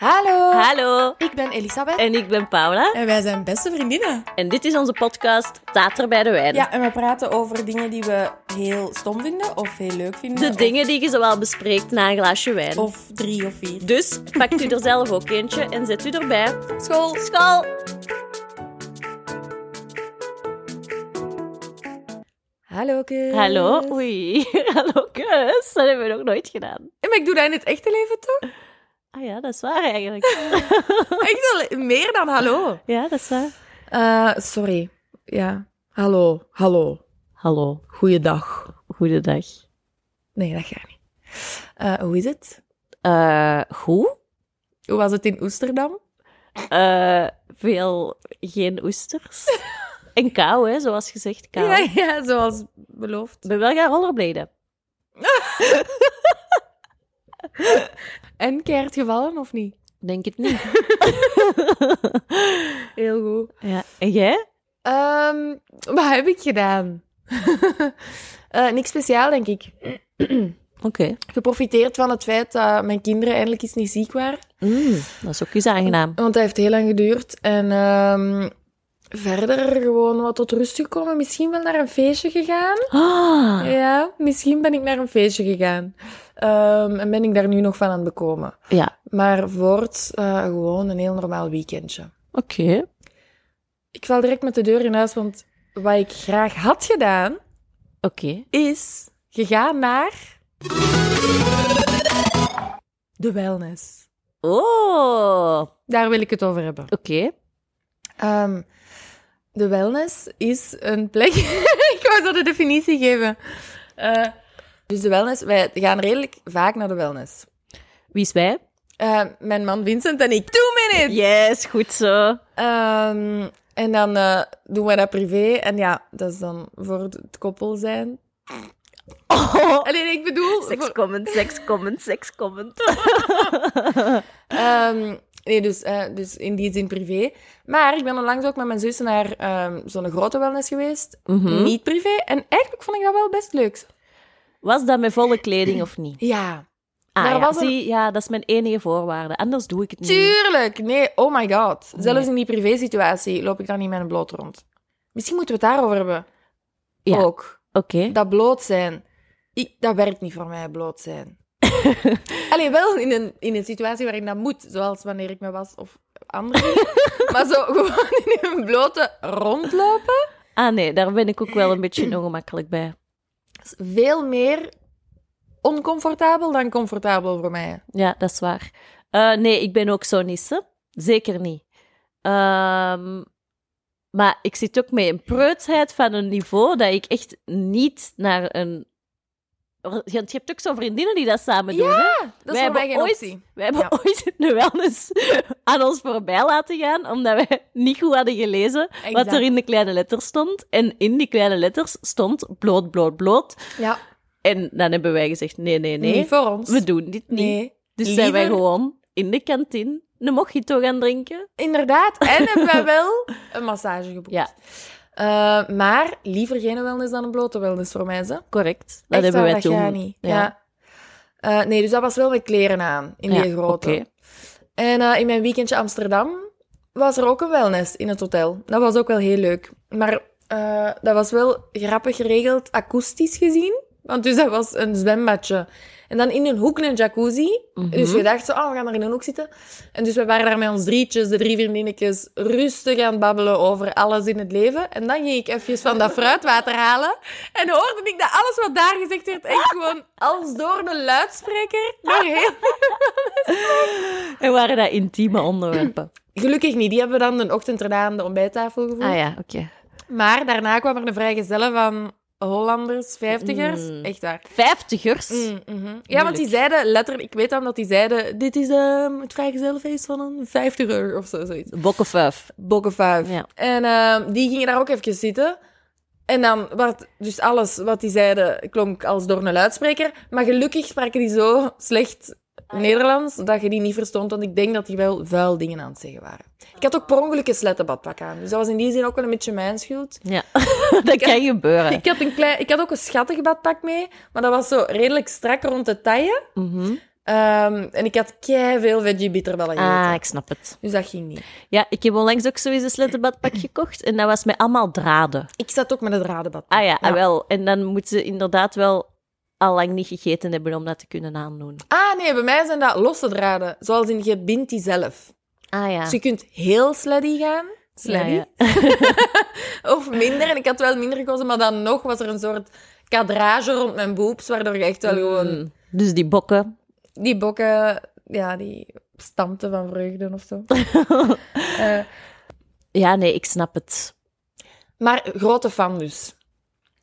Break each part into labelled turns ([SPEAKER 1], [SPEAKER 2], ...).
[SPEAKER 1] Hallo,
[SPEAKER 2] Hallo,
[SPEAKER 1] ik ben Elisabeth
[SPEAKER 2] en ik ben Paula.
[SPEAKER 1] en wij zijn beste vriendinnen.
[SPEAKER 2] En dit is onze podcast Tater bij de Wijn.
[SPEAKER 1] Ja, en we praten over dingen die we heel stom vinden of heel leuk vinden.
[SPEAKER 2] De
[SPEAKER 1] of-
[SPEAKER 2] dingen die je zowel bespreekt na een glaasje wijn.
[SPEAKER 1] Of drie of vier.
[SPEAKER 2] Dus pakt u er zelf ook eentje en zet u erbij.
[SPEAKER 1] School.
[SPEAKER 2] School!
[SPEAKER 1] Hallo, kus.
[SPEAKER 2] Hallo, oei. Hallo, kus. Dat hebben we nog nooit gedaan.
[SPEAKER 1] En maar ik doe dat in het echte leven toch?
[SPEAKER 2] Ah ja, dat is waar eigenlijk.
[SPEAKER 1] Echt al meer dan hallo. Eh,
[SPEAKER 2] Ja, dat is waar.
[SPEAKER 1] sorry. Ja. Hallo, hallo.
[SPEAKER 2] Hallo,
[SPEAKER 1] Goeiedag.
[SPEAKER 2] goedendag.
[SPEAKER 1] Nee, dat gaat niet. Eh, hoe is het?
[SPEAKER 2] Eh goed?
[SPEAKER 1] Hoe was het in Oesterdam?
[SPEAKER 2] Eh, veel geen oesters. En kou, hè, zoals gezegd, kou.
[SPEAKER 1] Ja, ja, zoals beloofd.
[SPEAKER 2] Ik ben wel gaan rollerbladen.
[SPEAKER 1] En keert gevallen of niet?
[SPEAKER 2] Denk het niet.
[SPEAKER 1] Heel goed.
[SPEAKER 2] ja. En jij?
[SPEAKER 1] Ehm, wat heb ik gedaan? Eh, niks speciaal, denk ik.
[SPEAKER 2] Oké.
[SPEAKER 1] Geprofiteerd van het feit dat mijn kinderen eindelijk eens niet ziek waren.
[SPEAKER 2] Mm, dat is ook iets aangenaam.
[SPEAKER 1] Want dat heeft heel lang geduurd. En ehm, verder gewoon wat tot rust gekomen. Misschien wel naar een feestje gegaan.
[SPEAKER 2] Ah,
[SPEAKER 1] Ja, misschien ben ik naar een feestje gegaan. Ehm, en ben ik daar nu nog van aan het bekomen.
[SPEAKER 2] ja,
[SPEAKER 1] Maar voorts eh, gewoon een heel normaal weekendje.
[SPEAKER 2] oké.
[SPEAKER 1] Ik val direct met de deur in huis, want wat ik graag had gedaan...
[SPEAKER 2] Oké.
[SPEAKER 1] is gegaan naar. De wellness.
[SPEAKER 2] Oh, oké.
[SPEAKER 1] Daar wil ik het over hebben. Ehm, de wellness is een plek. ik wou zo de definitie geven. Eh, dus de wellness, wij gaan redelijk vaak naar de wellness.
[SPEAKER 2] Wie is wij?
[SPEAKER 1] Eh, mijn man Vincent en ik. Two minutes!
[SPEAKER 2] Yes, goed zo.
[SPEAKER 1] Ehm, en dan eh, doen we dat privé. En ja, dat is dan voor het koppel zijn.
[SPEAKER 2] Oh.
[SPEAKER 1] Alleen ik bedoel. voor-
[SPEAKER 2] Sekscomment, sekscomment, sekscomment.
[SPEAKER 1] Ehm, nee, dus, eh, dus in die zin privé. Maar ik ben onlangs ook met mijn zus naar ehm, zo'n grote wellness geweest.
[SPEAKER 2] Mhm.
[SPEAKER 1] Niet privé. En eigenlijk vond ik dat wel best leuk.
[SPEAKER 2] Was dat met volle kleding of niet?
[SPEAKER 1] Ja,
[SPEAKER 2] Ah,
[SPEAKER 1] Daar
[SPEAKER 2] ja.
[SPEAKER 1] was een-
[SPEAKER 2] Zie, ja, dat is mijn enige voorwaarde. Anders doe ik het niet.
[SPEAKER 1] tuurlijk. Nee, oh my god. Zelfs
[SPEAKER 2] Nee.
[SPEAKER 1] in die privé-situatie loop ik dan niet met een bloot rond. Misschien moeten we het daarover hebben.
[SPEAKER 2] Ja.
[SPEAKER 1] Ook.
[SPEAKER 2] Oké.
[SPEAKER 1] Dat bloot zijn. Ik, dat werkt niet voor mij, bloot zijn. Alleen wel in een, in een situatie waarin dat moet, zoals wanneer ik me was of andere. dingen. maar zo gewoon in een blote rondlopen.
[SPEAKER 2] Ah nee, daar ben ik ook wel een beetje ongemakkelijk bij.
[SPEAKER 1] is veel meer oncomfortabel dan comfortabel voor mij.
[SPEAKER 2] Ja, dat is waar. Eh, nee, ik ben ook zo niet, hè. Zeker niet. Ehm, maar ik zit ook met een preutsheid van een niveau dat ik echt niet naar een... Want Je hebt ook zo vriendinnen die dat samen doen, hè?
[SPEAKER 1] Dat is voor
[SPEAKER 2] Wij
[SPEAKER 1] mij
[SPEAKER 2] hebben
[SPEAKER 1] geen
[SPEAKER 2] ooit-
[SPEAKER 1] optie.
[SPEAKER 2] Wij hebben
[SPEAKER 1] Ja.
[SPEAKER 2] ooit de wellness aan ons voorbij laten gaan, omdat wij niet goed hadden gelezen wat
[SPEAKER 1] Exact.
[SPEAKER 2] er in de kleine letters stond. En in die kleine letters stond bloot, bloot, bloot.
[SPEAKER 1] Ja,
[SPEAKER 2] En dan hebben wij gezegd, nee, nee, nee,
[SPEAKER 1] niet voor ons.
[SPEAKER 2] we doen dit niet.
[SPEAKER 1] nee.
[SPEAKER 2] Dus zijn wij
[SPEAKER 1] Liever-
[SPEAKER 2] gewoon in de kantine een mojito gaan drinken.
[SPEAKER 1] Inderdaad. En hebben wij wel een massage geboekt.
[SPEAKER 2] Ja.
[SPEAKER 1] Eh, maar liever geen wellness dan een blote wellness voor mij, ze. Dat
[SPEAKER 2] Correct. Dat hebben wij
[SPEAKER 1] dat
[SPEAKER 2] toen.
[SPEAKER 1] gaat niet. Ja.
[SPEAKER 2] Ja.
[SPEAKER 1] Eh, nee, dus dat was wel met kleren aan, in
[SPEAKER 2] Ja,
[SPEAKER 1] die grote.
[SPEAKER 2] oké.
[SPEAKER 1] En eh, in mijn weekendje Amsterdam was er ook een wellness in het hotel. Dat was ook wel heel leuk. Maar eh, dat was wel grappig geregeld, akoestisch gezien. Want dus dat was een zwembadje. En dan in een hoek een jacuzzi.
[SPEAKER 2] Mhm.
[SPEAKER 1] Dus je dacht zo, oh, we gaan daar in een hoek zitten. En dus we waren daar met ons drietjes, de drie vriendinnetjes, rustig aan het babbelen over alles in het leven. En dan ging ik even van dat fruitwater halen. En hoorde ik dat alles wat daar gezegd werd, echt gewoon als door de luidspreker door heel
[SPEAKER 2] En waren dat intieme onderwerpen?
[SPEAKER 1] Gelukkig niet. Die hebben we dan de ochtend erna aan de ontbijttafel gevoerd.
[SPEAKER 2] ah ja, oké.
[SPEAKER 1] Maar daarna kwam er een vrijgezelle van Hollanders, vijftigers.
[SPEAKER 2] Mm.
[SPEAKER 1] Echt waar.
[SPEAKER 2] Vijftigers?
[SPEAKER 1] Mm, mhm. Ja, want die zeiden letterlijk... Ik weet dan dat die zeiden... Dit is ehm, het vrijgezellenfeest van een vijftiger of zo, zoiets.
[SPEAKER 2] Bokkenfuif.
[SPEAKER 1] Bokkenvuif.
[SPEAKER 2] Ja.
[SPEAKER 1] En ehm, die gingen daar ook even zitten. En dan werd dus alles wat die zeiden klonk als door een luidspreker. Maar gelukkig spraken die zo slecht Nederlands dat je die niet verstond. Want ik denk dat die wel vuil dingen aan het zeggen waren. Ik had ook per ongeluk een slettenbadpak aan. Dus dat was in die zin ook wel een beetje mijn schuld.
[SPEAKER 2] Ja, dat kan gebeuren.
[SPEAKER 1] Ik had, een klein, ik had ook een schattig badpak mee. Maar dat was zo redelijk strak rond de taille.
[SPEAKER 2] Mhm.
[SPEAKER 1] Ehm, Ehm, en ik had kei veel veggie bitterballen gegeten.
[SPEAKER 2] Ah, ik snap het.
[SPEAKER 1] Dus dat ging niet.
[SPEAKER 2] Ja, ik heb onlangs ook zoiets een slettenbadpak gekocht. En dat was met allemaal draden.
[SPEAKER 1] Ik zat ook met het radenbad.
[SPEAKER 2] Ah ja, ah, wel. En dan moeten ze inderdaad wel al lang niet gegeten hebben om dat te kunnen aandoen.
[SPEAKER 1] Ah nee, bij mij zijn dat losse draden. Zoals in je bindt die zelf.
[SPEAKER 2] Ah ja.
[SPEAKER 1] Dus je kunt heel sleddy gaan. Sleddy.
[SPEAKER 2] Ja,
[SPEAKER 1] Of minder. En ik had wel minder gekozen, maar dan nog was er een soort kadrage rond mijn boobs, waardoor je echt wel gewoon...
[SPEAKER 2] Mm. Dus die bokken.
[SPEAKER 1] Die bokken, ja, die stampten van vreugde of zo. Eh,
[SPEAKER 2] Ja, nee, ik snap het.
[SPEAKER 1] maar grote fan dus.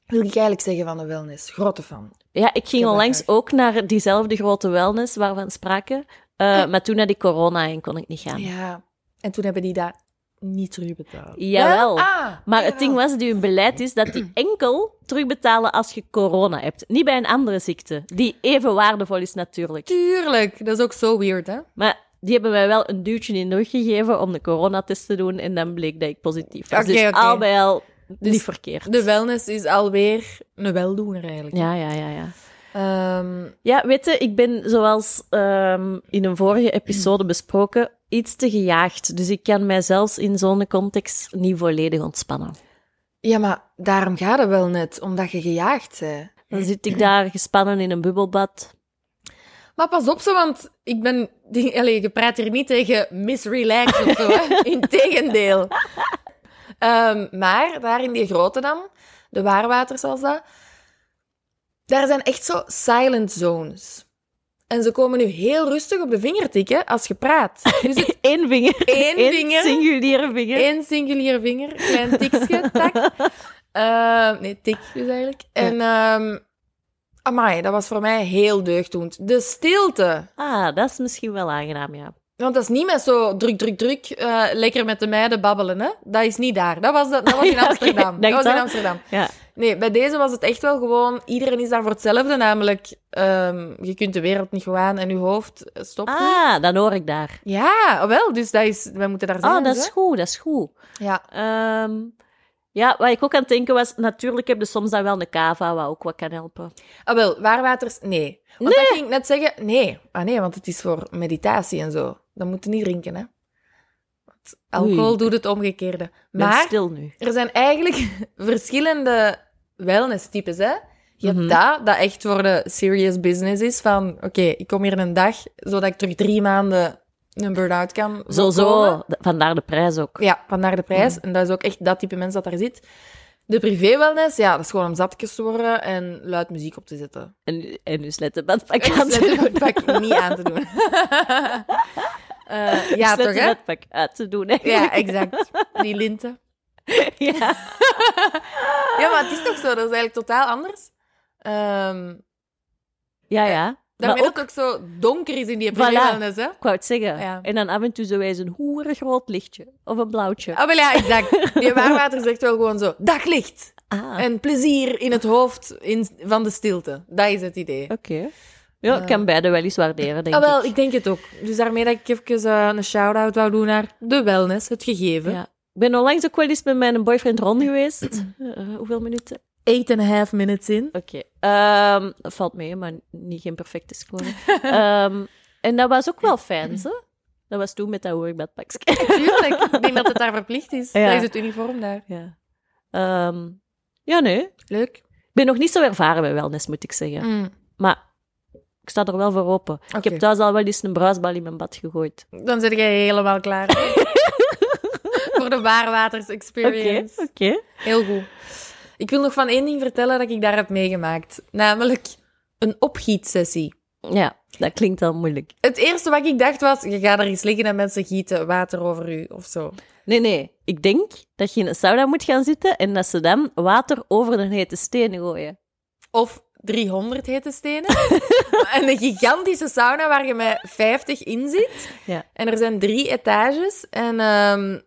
[SPEAKER 1] Wil ik eigenlijk zeggen van de wellness. Grote fan.
[SPEAKER 2] Ja, ik
[SPEAKER 1] heb
[SPEAKER 2] ging
[SPEAKER 1] dat
[SPEAKER 2] onlangs
[SPEAKER 1] graag.
[SPEAKER 2] ook naar diezelfde grote wellness waarvan we spraken. Eh, Maar toen had ik corona en kon ik niet gaan.
[SPEAKER 1] Ja. En toen hebben die dat niet terugbetaald.
[SPEAKER 2] Jawel.
[SPEAKER 1] Wel? Ah,
[SPEAKER 2] Maar
[SPEAKER 1] jawel.
[SPEAKER 2] het ding was dat hun beleid is dat die enkel terugbetalen als je corona hebt. Niet bij een andere ziekte, die even waardevol is natuurlijk.
[SPEAKER 1] Tuurlijk. Dat is ook zo weird, hè?
[SPEAKER 2] Maar die hebben mij wel een duwtje in de rug gegeven om de coronatest te doen. En dan bleek dat ik positief was.
[SPEAKER 1] Oké,
[SPEAKER 2] dus
[SPEAKER 1] oké.
[SPEAKER 2] al bij al niet
[SPEAKER 1] Dus
[SPEAKER 2] verkeerd.
[SPEAKER 1] De wellness is alweer een weldoener, eigenlijk.
[SPEAKER 2] Ja, ja, ja, ja.
[SPEAKER 1] Ehm,
[SPEAKER 2] Ja, weet je, ik ben zoals ehm, in een vorige
[SPEAKER 1] Mm.
[SPEAKER 2] episode besproken iets te gejaagd. Dus ik kan mij zelfs in zo'n context niet volledig ontspannen.
[SPEAKER 1] ja, maar daarom gaat het wel net. Omdat je gejaagd bent.
[SPEAKER 2] Dan zit ik daar gespannen in een bubbelbad.
[SPEAKER 1] Maar pas op, zo, want ik ben... Die, allee, je praat hier niet tegen Miss Relax of zo, hè. Integendeel. Ehm, maar daar in die grote dam, de waarwaters als dat, daar zijn echt zo silent zones. En ze komen nu heel rustig op de vinger tikken als je praat. Dus het
[SPEAKER 2] Eén vinger.
[SPEAKER 1] Eén vinger.
[SPEAKER 2] singuliere vinger.
[SPEAKER 1] één singuliere vinger, klein tikje, tak. Ehm, nee, tik dus eigenlijk. En, ehm amai, dat was voor mij heel deugddoend. De stilte.
[SPEAKER 2] Ah, dat is misschien wel aangenaam, ja.
[SPEAKER 1] Want dat is niet met zo druk, druk, druk, eh, lekker met de meiden babbelen, hè. Dat is niet daar. Dat was, dat, dat was in
[SPEAKER 2] Ja, oké,
[SPEAKER 1] Amsterdam. dat
[SPEAKER 2] denk
[SPEAKER 1] was in
[SPEAKER 2] dat.
[SPEAKER 1] Amsterdam.
[SPEAKER 2] Ja.
[SPEAKER 1] Nee, bij deze was het echt wel gewoon... Iedereen is daar voor hetzelfde, namelijk... ehm, je kunt de wereld niet gewoon aan en je hoofd eh, stopt niet.
[SPEAKER 2] Ah, dan hoor ik daar.
[SPEAKER 1] Ja, wel, dus dat is... Wij moeten daar zijn,
[SPEAKER 2] Ah, dat
[SPEAKER 1] dus,
[SPEAKER 2] is goed, dat is goed.
[SPEAKER 1] hè. Ja.
[SPEAKER 2] Ehm, ja, wat ik ook aan het denken was, natuurlijk heb je soms dan wel een cava, wat ook wat kan helpen.
[SPEAKER 1] Ah, wel, waarwaters, nee. Want dat ging ik net zeggen, nee. Ah nee, want het is voor meditatie en zo. Dan moet je niet drinken, hè. Want alcohol
[SPEAKER 2] Oei.
[SPEAKER 1] doet het omgekeerde.
[SPEAKER 2] Ik ben
[SPEAKER 1] Maar
[SPEAKER 2] stil nu.
[SPEAKER 1] er zijn eigenlijk verschillende wellness-types, hè. Je hebt
[SPEAKER 2] Mhm.
[SPEAKER 1] dat, dat echt voor de serious business is, van oké, ik kom hier een dag, zodat ik terug drie maanden een burn-out kan
[SPEAKER 2] Zo, Mhm.
[SPEAKER 1] voorkomen.
[SPEAKER 2] zo. D- Vandaar de prijs ook.
[SPEAKER 1] Ja, vandaar de prijs. En dat is ook echt dat type mens dat daar zit. De privé-wellness, ja, dat is gewoon om zatjes te worden en luid muziek op te zetten.
[SPEAKER 2] En, en dus let de badpak
[SPEAKER 1] Ik
[SPEAKER 2] aan
[SPEAKER 1] zet
[SPEAKER 2] te
[SPEAKER 1] het
[SPEAKER 2] doen.
[SPEAKER 1] pak niet aan te doen. Eh, ja,
[SPEAKER 2] Dus let
[SPEAKER 1] toch,
[SPEAKER 2] de
[SPEAKER 1] hè?
[SPEAKER 2] badpak uit te doen,
[SPEAKER 1] Ja,
[SPEAKER 2] eigenlijk.
[SPEAKER 1] exact. Die linten.
[SPEAKER 2] Ja.
[SPEAKER 1] Ja, maar het is toch zo. Dat is eigenlijk totaal anders. Ehm
[SPEAKER 2] ja, ja. Maar
[SPEAKER 1] daarmee
[SPEAKER 2] ook,
[SPEAKER 1] dat het ook zo donker is in die
[SPEAKER 2] Voilà.
[SPEAKER 1] privé-wellness, hè?
[SPEAKER 2] ik wou het zeggen.
[SPEAKER 1] Ja.
[SPEAKER 2] En dan af en toe zo eens een hoerig rood lichtje. Of een blauwtje.
[SPEAKER 1] Ah, wel ja, exact. Die waarwater zegt wel gewoon zo, daglicht
[SPEAKER 2] Ah,
[SPEAKER 1] en plezier in het hoofd in, van de stilte. Dat is het idee.
[SPEAKER 2] oké. Ja, ik kan beide wel eens waarderen, denk
[SPEAKER 1] Eh. Ah, wel,
[SPEAKER 2] ik.
[SPEAKER 1] ik denk het ook. Dus daarmee dat ik even eh, een shout-out wou doen naar de wellness, het gegeven.
[SPEAKER 2] Ja. Ik ben onlangs ook wel eens met mijn boyfriend rond geweest. Eh, hoeveel minuten?
[SPEAKER 1] Eight and a half minutes in.
[SPEAKER 2] Oké. Ehm, dat valt mee, maar niet geen perfecte score. Ehm, en dat was ook wel fijn, zo. Dat was toen met dat hoorbadpakje.
[SPEAKER 1] Tuurlijk. Ik denk dat het daar verplicht is.
[SPEAKER 2] Ja.
[SPEAKER 1] Dat is het uniform daar.
[SPEAKER 2] ja. Ehm, ja, nee.
[SPEAKER 1] Leuk.
[SPEAKER 2] Ik ben nog niet zo ervaren bij wellness, moet ik zeggen.
[SPEAKER 1] Mm.
[SPEAKER 2] Maar ik sta er wel voor open. Ik
[SPEAKER 1] Oké.
[SPEAKER 2] heb thuis al wel eens een bruisbal in mijn bad gegooid.
[SPEAKER 1] Dan zit jij helemaal klaar. Voor de Baarwaters experience.
[SPEAKER 2] oké.
[SPEAKER 1] Heel goed. Ik wil nog van één ding vertellen dat ik daar heb meegemaakt. Namelijk een opgietsessie.
[SPEAKER 2] Ja, dat klinkt al moeilijk.
[SPEAKER 1] Het eerste wat ik dacht was, je gaat er eens liggen en mensen gieten water over u of zo.
[SPEAKER 2] Nee, nee. Ik denk dat je in een sauna moet gaan zitten en dat ze dan water over de hete steen gooien.
[SPEAKER 1] Of 300 hete stenen. en een gigantische sauna waar je met 50 in zit.
[SPEAKER 2] Ja.
[SPEAKER 1] En er zijn drie etages. En ehm,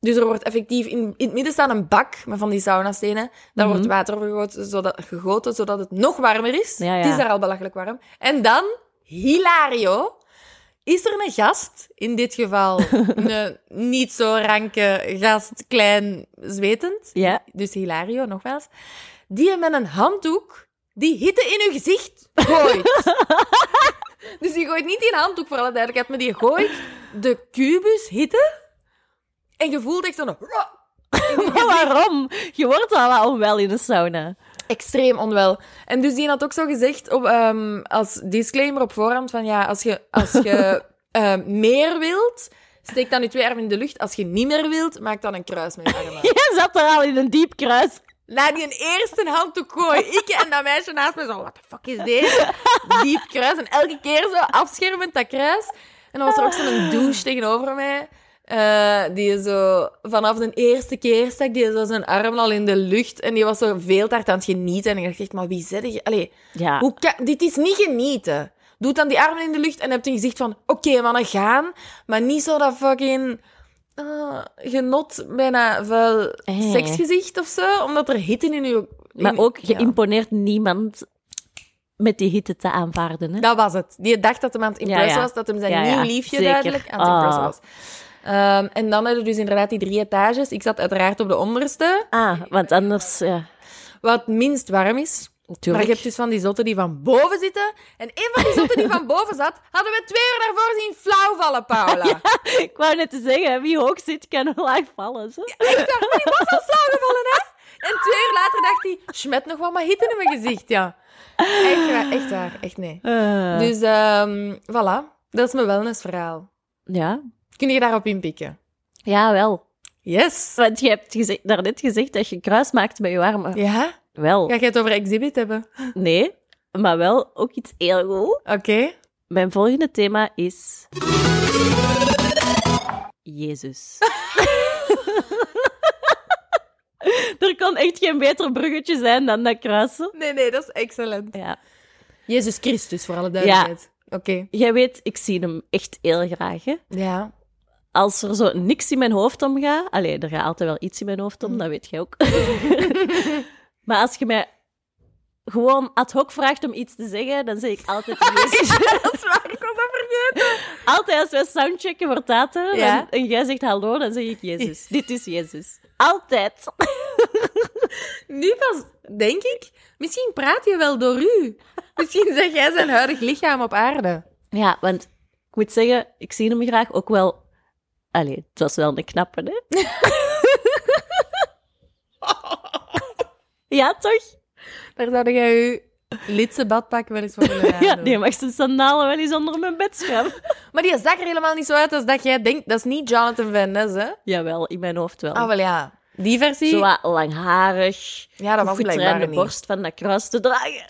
[SPEAKER 1] dus er wordt effectief... In, in het midden staat een bak met van die saunastenen. Daar
[SPEAKER 2] Mhm.
[SPEAKER 1] wordt water over gegoten zodat, gegoten, zodat het nog warmer is.
[SPEAKER 2] Ja, ja.
[SPEAKER 1] Het is daar al belachelijk warm. En dan, hilario, is er een gast. In dit geval een eh, niet zo ranke gast, klein, zwetend
[SPEAKER 2] Ja.
[SPEAKER 1] dus Hilario, nogmaals, die je met een handdoek die hitte in uw gezicht gooit. Dus je gooit niet die handdoek, voor alle duidelijkheid, maar die gooit de kubus hitte. En je voelt echt zo'n...
[SPEAKER 2] Maar waarom? Je wordt al onwel in de sauna.
[SPEAKER 1] extreem onwel. En dus die had ook zo gezegd op, ehm, als disclaimer op voorhand van ja, als je, als je ehm, meer wilt, steek dan je twee armen in de lucht. Als je niet meer wilt, maak dan een kruis met je armen.
[SPEAKER 2] Jij zat er al in een diep kruis.
[SPEAKER 1] Laat die een eerste handdoek gooien. Ik en dat meisje naast me zo, what the fuck is deze? Diep kruis. En elke keer zo afschermend dat kruis. En dan was er ook zo'n douche tegenover mij. eh, die zo, vanaf de eerste keer stak die zo zijn arm al in de lucht. En die was zo veel te hard aan het genieten. En ik dacht echt, maar wie zet je? Allee,
[SPEAKER 2] Ja.
[SPEAKER 1] hoe kan- dit is niet genieten. Doe dan die armen in de lucht en heb een gezicht van, oké mannen, gaan. Maar niet zo dat fucking... ah, genot bijna vuil
[SPEAKER 2] Eh.
[SPEAKER 1] seksgezicht of zo, omdat er hitte in je... in-
[SPEAKER 2] Maar ook, je
[SPEAKER 1] ja.
[SPEAKER 2] imponeert niemand met die hitte te aanvaarden. Hè?
[SPEAKER 1] Dat was het. Die dacht dat hem aan het impressen
[SPEAKER 2] Ja, ja.
[SPEAKER 1] was, dat hem zijn
[SPEAKER 2] Ja, ja,
[SPEAKER 1] nieuw liefje
[SPEAKER 2] zeker.
[SPEAKER 1] duidelijk aan het impressen
[SPEAKER 2] Ah.
[SPEAKER 1] was. Ehm, en dan hadden we dus inderdaad die drie etages. Ik zat uiteraard op de onderste,
[SPEAKER 2] Ah, want anders... Ja,
[SPEAKER 1] wat minst warm is. Maar
[SPEAKER 2] natuurlijk.
[SPEAKER 1] je hebt dus van die zotten die van boven zitten. En een van die zotten die van boven zat, hadden we twee uur daarvoor zien flauw vallen, Paula.
[SPEAKER 2] Ik wou net te zeggen, wie hoog zit, kan laag vallen. Zo.
[SPEAKER 1] was al flauw gevallen, hè? En twee uur later dacht hij, smet nog wat maar hit in mijn gezicht, ja. Echt waar, echt waar, echt nee.
[SPEAKER 2] Eh,
[SPEAKER 1] Dus, ehm voilà. Dat is mijn wellnessverhaal.
[SPEAKER 2] ja.
[SPEAKER 1] Kun je daarop inpikken?
[SPEAKER 2] ja, wel.
[SPEAKER 1] Yes.
[SPEAKER 2] Want je hebt gezegd, daarnet gezegd dat je kruis maakt met je armen.
[SPEAKER 1] Ja?
[SPEAKER 2] Wel,
[SPEAKER 1] Ga je het over exhibit hebben?
[SPEAKER 2] nee, maar wel ook iets heel goed.
[SPEAKER 1] Oké.
[SPEAKER 2] Mijn volgende thema is... Jezus. er kon echt geen beter bruggetje zijn dan dat kruisen.
[SPEAKER 1] Nee, nee, dat is excellent.
[SPEAKER 2] Ja.
[SPEAKER 1] Jezus Christus, voor alle duidelijkheid. Oké.
[SPEAKER 2] Jij weet, ik zie hem echt heel graag, hè.
[SPEAKER 1] Ja.
[SPEAKER 2] als er zo niks in mijn hoofd omgaat... Allee, er gaat altijd wel iets in mijn hoofd om, dat weet jij ook. maar als je mij gewoon ad hoc vraagt om iets te zeggen, dan zeg ik altijd... Jezus.
[SPEAKER 1] Dat is waar, ik was dat vergeten.
[SPEAKER 2] altijd als wij soundchecken voor Tater
[SPEAKER 1] Ja.
[SPEAKER 2] en, en jij zegt hallo, dan zeg ik Jezus. Dit is Jezus. Altijd.
[SPEAKER 1] Nu pas, denk ik, misschien praat je wel door u. Misschien zeg jij zijn huidig lichaam op aarde.
[SPEAKER 2] Ja, want ik moet zeggen, ik zie hem graag ook wel... Allee, het was wel een knappe, hè? ja, toch?
[SPEAKER 1] Daar zou jij je lidse badpak wel eens voor willen
[SPEAKER 2] Ja,
[SPEAKER 1] aandoen.
[SPEAKER 2] die mag zijn sandalen wel eens onder mijn bed schuiven.
[SPEAKER 1] Maar die zag er helemaal niet zo uit als dat jij denkt. Dat is niet Jonathan Van Ness, hè?
[SPEAKER 2] Jawel, in mijn hoofd wel.
[SPEAKER 1] Ah, wel ja. Die versie?
[SPEAKER 2] Oh. Zo wat langharig.
[SPEAKER 1] ja, dat was
[SPEAKER 2] goed
[SPEAKER 1] blijkbaar
[SPEAKER 2] de
[SPEAKER 1] niet.
[SPEAKER 2] borst van dat kruis te dragen.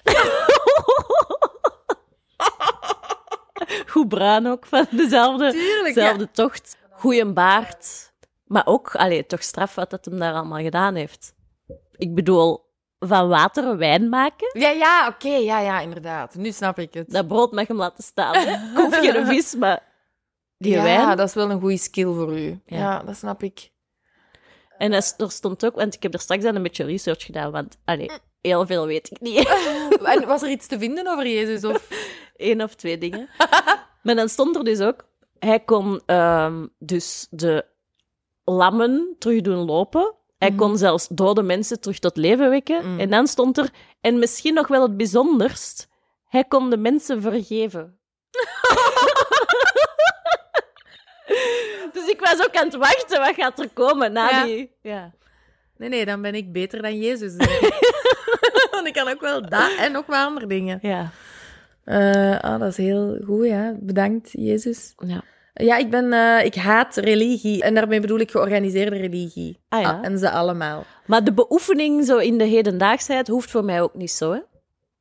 [SPEAKER 2] goed bruin ook, van dezelfde,
[SPEAKER 1] Tuurlijk, ja.
[SPEAKER 2] dezelfde tocht. Goeie baard. Maar ook, allee, toch straf wat dat hem daar allemaal gedaan heeft. Ik bedoel, van water wijn maken.
[SPEAKER 1] Ja, ja, oké. ja, ja, inderdaad. Nu snap ik het.
[SPEAKER 2] Dat brood mag hem laten staan. hè. Ik hoef geen vis, maar die
[SPEAKER 1] ja,
[SPEAKER 2] wijn.
[SPEAKER 1] dat is wel een goede skill voor u. Ja,
[SPEAKER 2] Ja.
[SPEAKER 1] dat snap ik.
[SPEAKER 2] En er, er stond ook, want ik heb er straks aan een beetje research gedaan, want allee,
[SPEAKER 1] Mm.
[SPEAKER 2] heel veel weet ik niet.
[SPEAKER 1] En was er iets te vinden over Jezus? Of...
[SPEAKER 2] Eén of twee dingen. maar dan stond er dus ook, hij kon ehm, dus de lammen terug doen lopen. Hij
[SPEAKER 1] Mhm.
[SPEAKER 2] kon zelfs dode mensen terug tot leven wekken.
[SPEAKER 1] Mm.
[SPEAKER 2] En dan stond er, en misschien nog wel het bijzonderst, hij kon de mensen vergeven. dus ik was ook aan het wachten, wat gaat er komen na
[SPEAKER 1] Ja.
[SPEAKER 2] die... Ja.
[SPEAKER 1] Nee, nee, dan ben ik beter dan Jezus. denk ik. Want ik kan ook wel dat en nog wel andere dingen.
[SPEAKER 2] Ja.
[SPEAKER 1] Eh, ah, dat is heel goed, ja. Bedankt, Jezus.
[SPEAKER 2] ja.
[SPEAKER 1] Ja, ik, ben, eh, ik haat religie. En daarmee bedoel ik georganiseerde religie.
[SPEAKER 2] Ah, ja.
[SPEAKER 1] en ze allemaal.
[SPEAKER 2] Maar de beoefening zo in de hedendaagsheid hoeft voor mij ook niet zo. Hè?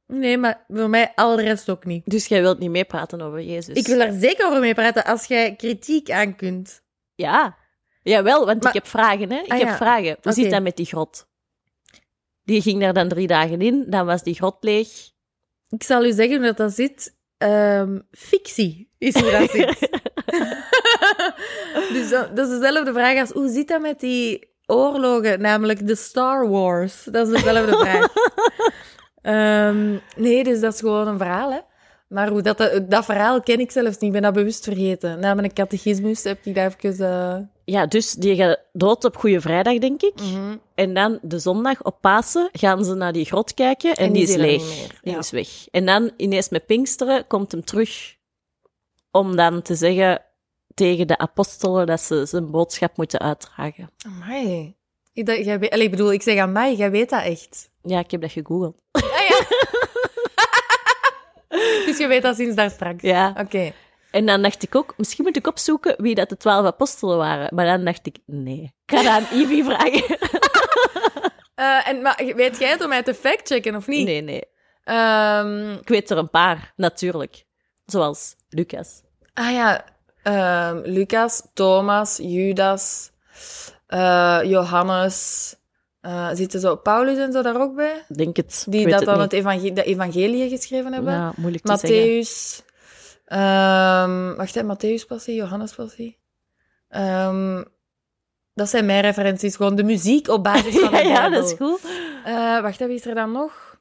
[SPEAKER 1] Nee, maar voor mij al de rest ook niet.
[SPEAKER 2] Dus jij wilt niet meer praten over Jezus.
[SPEAKER 1] Ik wil daar zeker over mee praten als jij kritiek aan kunt.
[SPEAKER 2] Ja. Jawel, want
[SPEAKER 1] Maar-
[SPEAKER 2] ik heb vragen. Hè? Ik
[SPEAKER 1] Ah,
[SPEAKER 2] heb
[SPEAKER 1] ja.
[SPEAKER 2] vragen. Hoe
[SPEAKER 1] Oké.
[SPEAKER 2] zit dat met die grot? Die ging daar dan drie dagen in. Dan was die grot leeg.
[SPEAKER 1] Ik zal u zeggen hoe dat dat zit. Ehm, fictie is hoe dat zit. dus dat, dat is dezelfde vraag als hoe zit dat met die oorlogen, namelijk de Star Wars? Dat is dezelfde vraag. Ehm, nee, dus dat is gewoon een verhaal, hè. Maar hoe dat, dat verhaal ken ik zelfs niet. Ik ben dat bewust vergeten. Na mijn catechismus heb ik daar even... eh,
[SPEAKER 2] Ja, dus die gaat dood op Goede Vrijdag, denk
[SPEAKER 1] Mm.
[SPEAKER 2] ik. En dan de zondag op Pasen gaan ze naar die grot kijken en,
[SPEAKER 1] En die
[SPEAKER 2] die, is
[SPEAKER 1] zijn er
[SPEAKER 2] leeg.
[SPEAKER 1] niet meer,
[SPEAKER 2] Die
[SPEAKER 1] ja.
[SPEAKER 2] is weg. En dan ineens met Pinksteren komt hem terug. om dan te zeggen tegen de apostelen dat ze zijn boodschap moeten uitdragen.
[SPEAKER 1] Amai. Ik, dacht, jij, weet- allee, ik bedoel, ik zeg aan mij, jij weet dat echt.
[SPEAKER 2] Ja, ik heb dat gegoogeld.
[SPEAKER 1] Dus je weet dat sinds daar straks.
[SPEAKER 2] Ja.
[SPEAKER 1] Oké.
[SPEAKER 2] En dan dacht ik ook, misschien moet ik opzoeken wie dat de twaalf apostelen waren. Maar dan dacht ik, nee, ik ga dat aan Ivy vragen.
[SPEAKER 1] Eh, en, maar weet jij het om mij te factchecken of niet?
[SPEAKER 2] Nee, nee.
[SPEAKER 1] Ehm,
[SPEAKER 2] Ik weet er een paar, natuurlijk. Zoals Lucas.
[SPEAKER 1] ah ja, ehm, Lucas, Thomas, Judas, eh, Johannes. eh, zitten zo Paulus en zo daar ook bij?
[SPEAKER 2] Ik Denk het. ik
[SPEAKER 1] Die
[SPEAKER 2] weet
[SPEAKER 1] dat dan
[SPEAKER 2] niet.
[SPEAKER 1] het evangelie, de evangelie geschreven hebben?
[SPEAKER 2] Ja, moeilijk te zeggen.
[SPEAKER 1] Matthäus. ehm, wacht, hè, Matthäus passie, Johannes passie. Ehm, dat zijn mijn referenties, gewoon de muziek op basis van de
[SPEAKER 2] ja, ja, dat is
[SPEAKER 1] Bijbel.
[SPEAKER 2] goed.
[SPEAKER 1] Eh, wacht, hè, wie is er dan nog?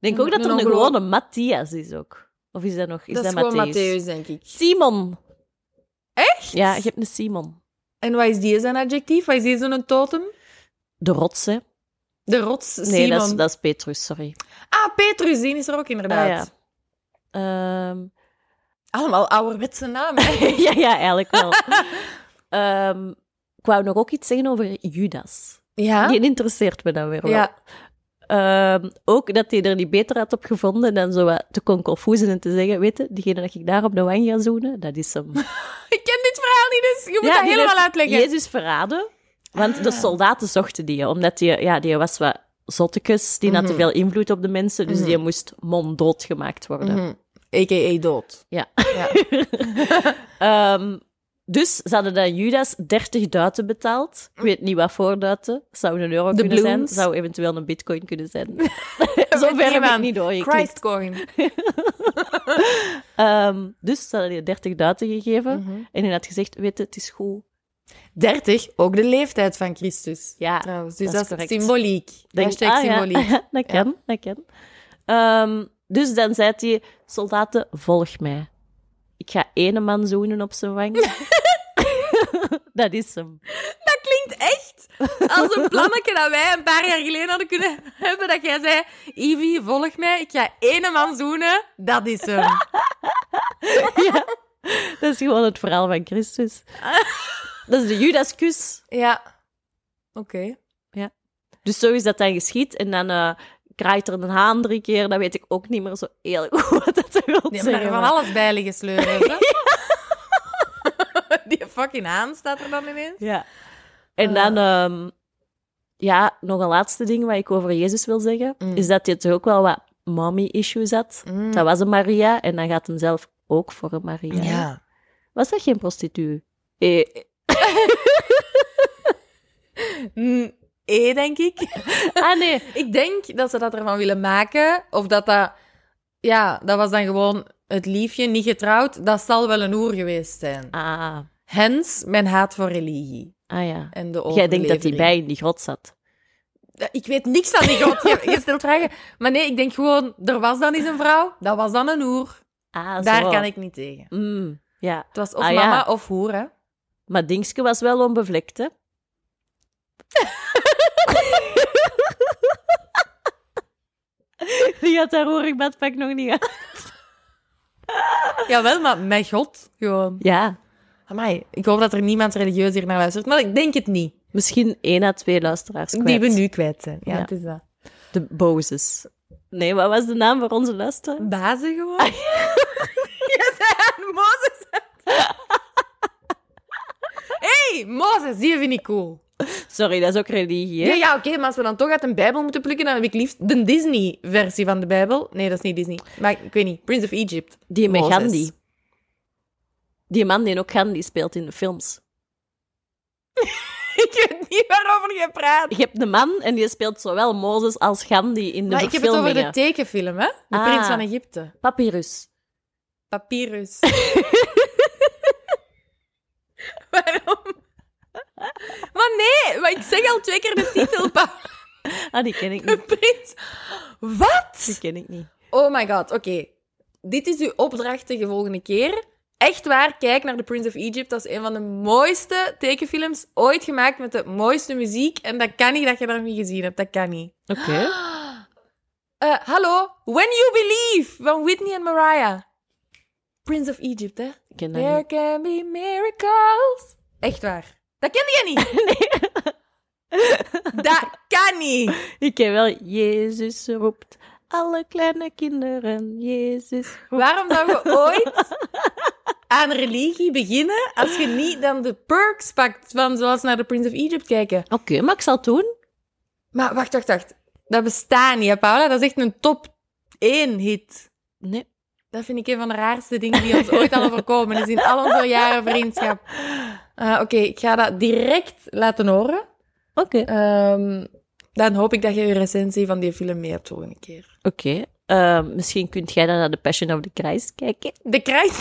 [SPEAKER 2] Ik denk ook dat er
[SPEAKER 1] Een
[SPEAKER 2] een
[SPEAKER 1] ongelo-
[SPEAKER 2] gewone Matthias is ook. Of is dat nog? Is
[SPEAKER 1] dat
[SPEAKER 2] dat,
[SPEAKER 1] is gewoon
[SPEAKER 2] Matthäus?
[SPEAKER 1] Matthäus, denk ik.
[SPEAKER 2] Simon. Echt? Ja, je hebt een Simon.
[SPEAKER 1] En wat is die zijn adjectief? Wat is die zijn totem?
[SPEAKER 2] De rots, hè?
[SPEAKER 1] De rots, Simon.
[SPEAKER 2] Nee, dat is, dat is Petrus, sorry.
[SPEAKER 1] Ah, Petrus, die is er ook inderdaad.
[SPEAKER 2] Ah, ja. Ehm,
[SPEAKER 1] Allemaal ouderwetse namen. hè.
[SPEAKER 2] ja, ja, eigenlijk wel. Ehm, ik wou nog ook iets zeggen over Judas.
[SPEAKER 1] ja?
[SPEAKER 2] Die interesseert me dan weer wel.
[SPEAKER 1] Ja.
[SPEAKER 2] Ehm, ook dat hij er niet beter had op gevonden dan zo wat te konkelfoezen en te zeggen, weet je, diegene dat ik daar op de wang ga zoenen, dat is hem.
[SPEAKER 1] Ik ken dit verhaal niet, dus je moet dat
[SPEAKER 2] die
[SPEAKER 1] helemaal
[SPEAKER 2] heeft
[SPEAKER 1] uitleggen.
[SPEAKER 2] Jezus verraden, want
[SPEAKER 1] Ah.
[SPEAKER 2] de soldaten zochten die, omdat die, ja, die was wat zottekes, die had te
[SPEAKER 1] Mhm.
[SPEAKER 2] veel invloed op de mensen, dus die moest monddood gemaakt worden.
[SPEAKER 1] Mhm. A.k.a. dood.
[SPEAKER 2] Ja.
[SPEAKER 1] Ja.
[SPEAKER 2] Ehm, dus ze hadden dan Judas 30 duiten betaald. Ik weet niet wat voor duiten. Zou een euro
[SPEAKER 1] De
[SPEAKER 2] kunnen zijn.
[SPEAKER 1] bloems.
[SPEAKER 2] Zou eventueel een bitcoin kunnen zijn.
[SPEAKER 1] Weet
[SPEAKER 2] Zover heb ik
[SPEAKER 1] niemand.
[SPEAKER 2] niet doorgeknipt.
[SPEAKER 1] Christcoin.
[SPEAKER 2] Ehm, dus ze hadden die 30 duiten gegeven.
[SPEAKER 1] Mhm.
[SPEAKER 2] En hij had gezegd, weet je, het is goed.
[SPEAKER 1] 30, ook de leeftijd van Christus.
[SPEAKER 2] Ja,
[SPEAKER 1] Trouwens, dus
[SPEAKER 2] dat is
[SPEAKER 1] dat is,
[SPEAKER 2] correct.
[SPEAKER 1] symboliek. Hashtag
[SPEAKER 2] ah, ja,
[SPEAKER 1] symboliek.
[SPEAKER 2] dat kan, dat kan. Ehm, dus dan zei hij, soldaten, volg mij. Ik ga ene man zoenen op zijn wang. dat is hem.
[SPEAKER 1] Dat klinkt echt als een plannetje dat wij een paar jaar geleden hadden kunnen hebben. Dat jij zei, Ivy, volg mij, ik ga ene man zoenen. Dat is hem.
[SPEAKER 2] Dat is gewoon het verhaal van Christus. Dat is de Judaskus.
[SPEAKER 1] Ja. Oké.
[SPEAKER 2] Dus zo is dat dan geschied. En dan eh, kraait er een haan drie keer. Dan weet ik ook niet meer zo heel goed wat dat wil
[SPEAKER 1] Die hebben
[SPEAKER 2] zeggen.
[SPEAKER 1] daar van
[SPEAKER 2] maar-
[SPEAKER 1] alles bij liggen sleuren. hè? Die fucking haan staat er dan ineens.
[SPEAKER 2] Ja. En dan,
[SPEAKER 1] Eh.
[SPEAKER 2] ehm, ja, nog een laatste ding wat ik over Jezus wil zeggen.
[SPEAKER 1] Mm.
[SPEAKER 2] Is dat hij toch ook wel wat mommy-issues had.
[SPEAKER 1] Mm.
[SPEAKER 2] Dat was een Maria. En dan gaat hem zelf ook voor een Maria.
[SPEAKER 1] Ja.
[SPEAKER 2] Was dat geen prostituee? Eh,
[SPEAKER 1] Mm, E, denk ik.
[SPEAKER 2] ah, nee.
[SPEAKER 1] Ik denk dat ze dat ervan willen maken. Of dat dat... Ja, dat was dan gewoon het liefje, niet getrouwd. Dat zal wel een oer geweest zijn.
[SPEAKER 2] Ah,
[SPEAKER 1] Hens, mijn haat voor religie.
[SPEAKER 2] ah ja.
[SPEAKER 1] En de
[SPEAKER 2] Jij denkt dat die
[SPEAKER 1] overlevering.
[SPEAKER 2] bij in die grot zat.
[SPEAKER 1] Ik weet niks van die god. Je, je stelt vragen. Maar nee, ik denk gewoon... Er was dan eens een vrouw. Dat was dan een oer.
[SPEAKER 2] Ah,
[SPEAKER 1] Daar
[SPEAKER 2] zo.
[SPEAKER 1] kan ik niet tegen.
[SPEAKER 2] Mm, ja,
[SPEAKER 1] Het was of
[SPEAKER 2] Ah, ja.
[SPEAKER 1] mama of hoer, hè.
[SPEAKER 2] maar Dingske was wel onbevlekt, hè? Die had haar roerig badpak nog niet aan.
[SPEAKER 1] Jawel, maar mijn god. Gewoon.
[SPEAKER 2] Ja,
[SPEAKER 1] Amai, ik hoop dat er niemand religieus hier naar luistert. Maar ik denk het niet.
[SPEAKER 2] misschien één à twee luisteraars kwijt.
[SPEAKER 1] Die we nu kwijt zijn. Ja,
[SPEAKER 2] Ja.
[SPEAKER 1] het is dat.
[SPEAKER 2] De bozes. Nee, wat was de naam voor onze luisteraar?
[SPEAKER 1] Bazen gewoon. Ah, Je zei aan Mozes. Hé, hey, Mozes, die vind ik cool.
[SPEAKER 2] Sorry, dat is ook religie, hè?
[SPEAKER 1] Ja, ja oké, maar als we dan toch uit een Bijbel moeten plukken, dan heb ik liefst de Disney-versie van de Bijbel. Nee, dat is niet Disney. Maar ik, ik weet niet, Prince of Egypt.
[SPEAKER 2] Die met
[SPEAKER 1] Mozes.
[SPEAKER 2] Gandhi. Die man die ook Gandhi speelt in de films.
[SPEAKER 1] ik weet niet waarover je praat.
[SPEAKER 2] Je hebt een man en die speelt zowel Mozes als Gandhi in de
[SPEAKER 1] Maar ik heb het
[SPEAKER 2] verfilmingen.
[SPEAKER 1] over de tekenfilm, hè? De
[SPEAKER 2] Ah.
[SPEAKER 1] Prins van Egypte.
[SPEAKER 2] Papyrus.
[SPEAKER 1] Papyrus. Waarom? Maar nee, maar ik zeg al twee keer de titel. pa-
[SPEAKER 2] Ah, die ken ik
[SPEAKER 1] De
[SPEAKER 2] niet.
[SPEAKER 1] prins. Wat?
[SPEAKER 2] Die ken ik niet.
[SPEAKER 1] Oh my god, oké. Dit is uw opdracht de volgende keer. Echt waar, kijk naar The Prince of Egypt. Dat is een van de mooiste tekenfilms ooit gemaakt met de mooiste muziek. En dat kan niet dat je dat niet gezien hebt. Dat kan niet.
[SPEAKER 2] Oké.
[SPEAKER 1] Eh, hallo, When You Believe van Whitney en Mariah. Prince of Egypt, hè?
[SPEAKER 2] Ik ken dat
[SPEAKER 1] There
[SPEAKER 2] niet.
[SPEAKER 1] can be miracles. Echt waar. Dat kende jij niet.
[SPEAKER 2] Nee,
[SPEAKER 1] Dat kan niet.
[SPEAKER 2] ik ken wel Jezus roept alle kleine kinderen. Jezus
[SPEAKER 1] Waarom zou je ooit aan religie beginnen als je niet dan de perks pakt van zoals naar de Prince of Egypt kijken?
[SPEAKER 2] Oké, maar ik zal het doen.
[SPEAKER 1] Maar wacht, wacht, wacht. Dat bestaat niet, hè, Paula. Dat is echt een top 1 hit.
[SPEAKER 2] Nee.
[SPEAKER 1] Dat vind ik een van de raarste dingen die ons ooit al overkomen is in al onze jaren vriendschap. Ah, Oké, ik ga dat direct laten horen.
[SPEAKER 2] Oké.
[SPEAKER 1] Ehm, dan hoop ik dat je je recensie van die film mee hebt volgende keer.
[SPEAKER 2] Oké. Eh, misschien kunt jij dan naar The Passion of the Christ kijken.
[SPEAKER 1] De krijt.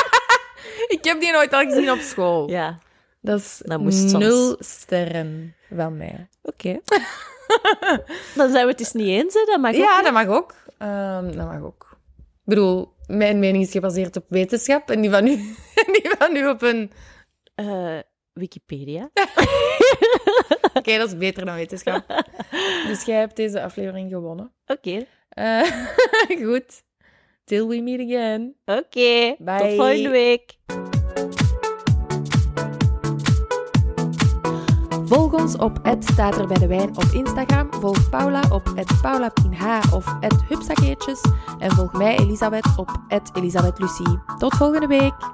[SPEAKER 1] ik heb die nooit al gezien op school.
[SPEAKER 2] Ja.
[SPEAKER 1] Dat is
[SPEAKER 2] Dat moest soms.
[SPEAKER 1] nul sterren van mij.
[SPEAKER 2] Oké. dan zijn we het dus niet eens, hè? Dat mag ook,
[SPEAKER 1] Ja,
[SPEAKER 2] hè?
[SPEAKER 1] dat mag ook. Ehm, dat mag ook. Ik bedoel, mijn mening is gebaseerd op wetenschap en die van nu, en die van nu op een...
[SPEAKER 2] Eh, Wikipedia.
[SPEAKER 1] Oké, dat is beter dan wetenschap. Dus jij hebt deze aflevering gewonnen.
[SPEAKER 2] Oké.
[SPEAKER 1] Eh, goed. Till we meet again.
[SPEAKER 2] Oké.
[SPEAKER 1] Bye.
[SPEAKER 2] Tot volgende week.
[SPEAKER 1] Volg ons op het staat er bij de wijn op Instagram. Volg Paula op het paulapinh of het hupsakeertjes. En volg mij Elisabeth op het Elisabeth Lucie. Tot volgende week.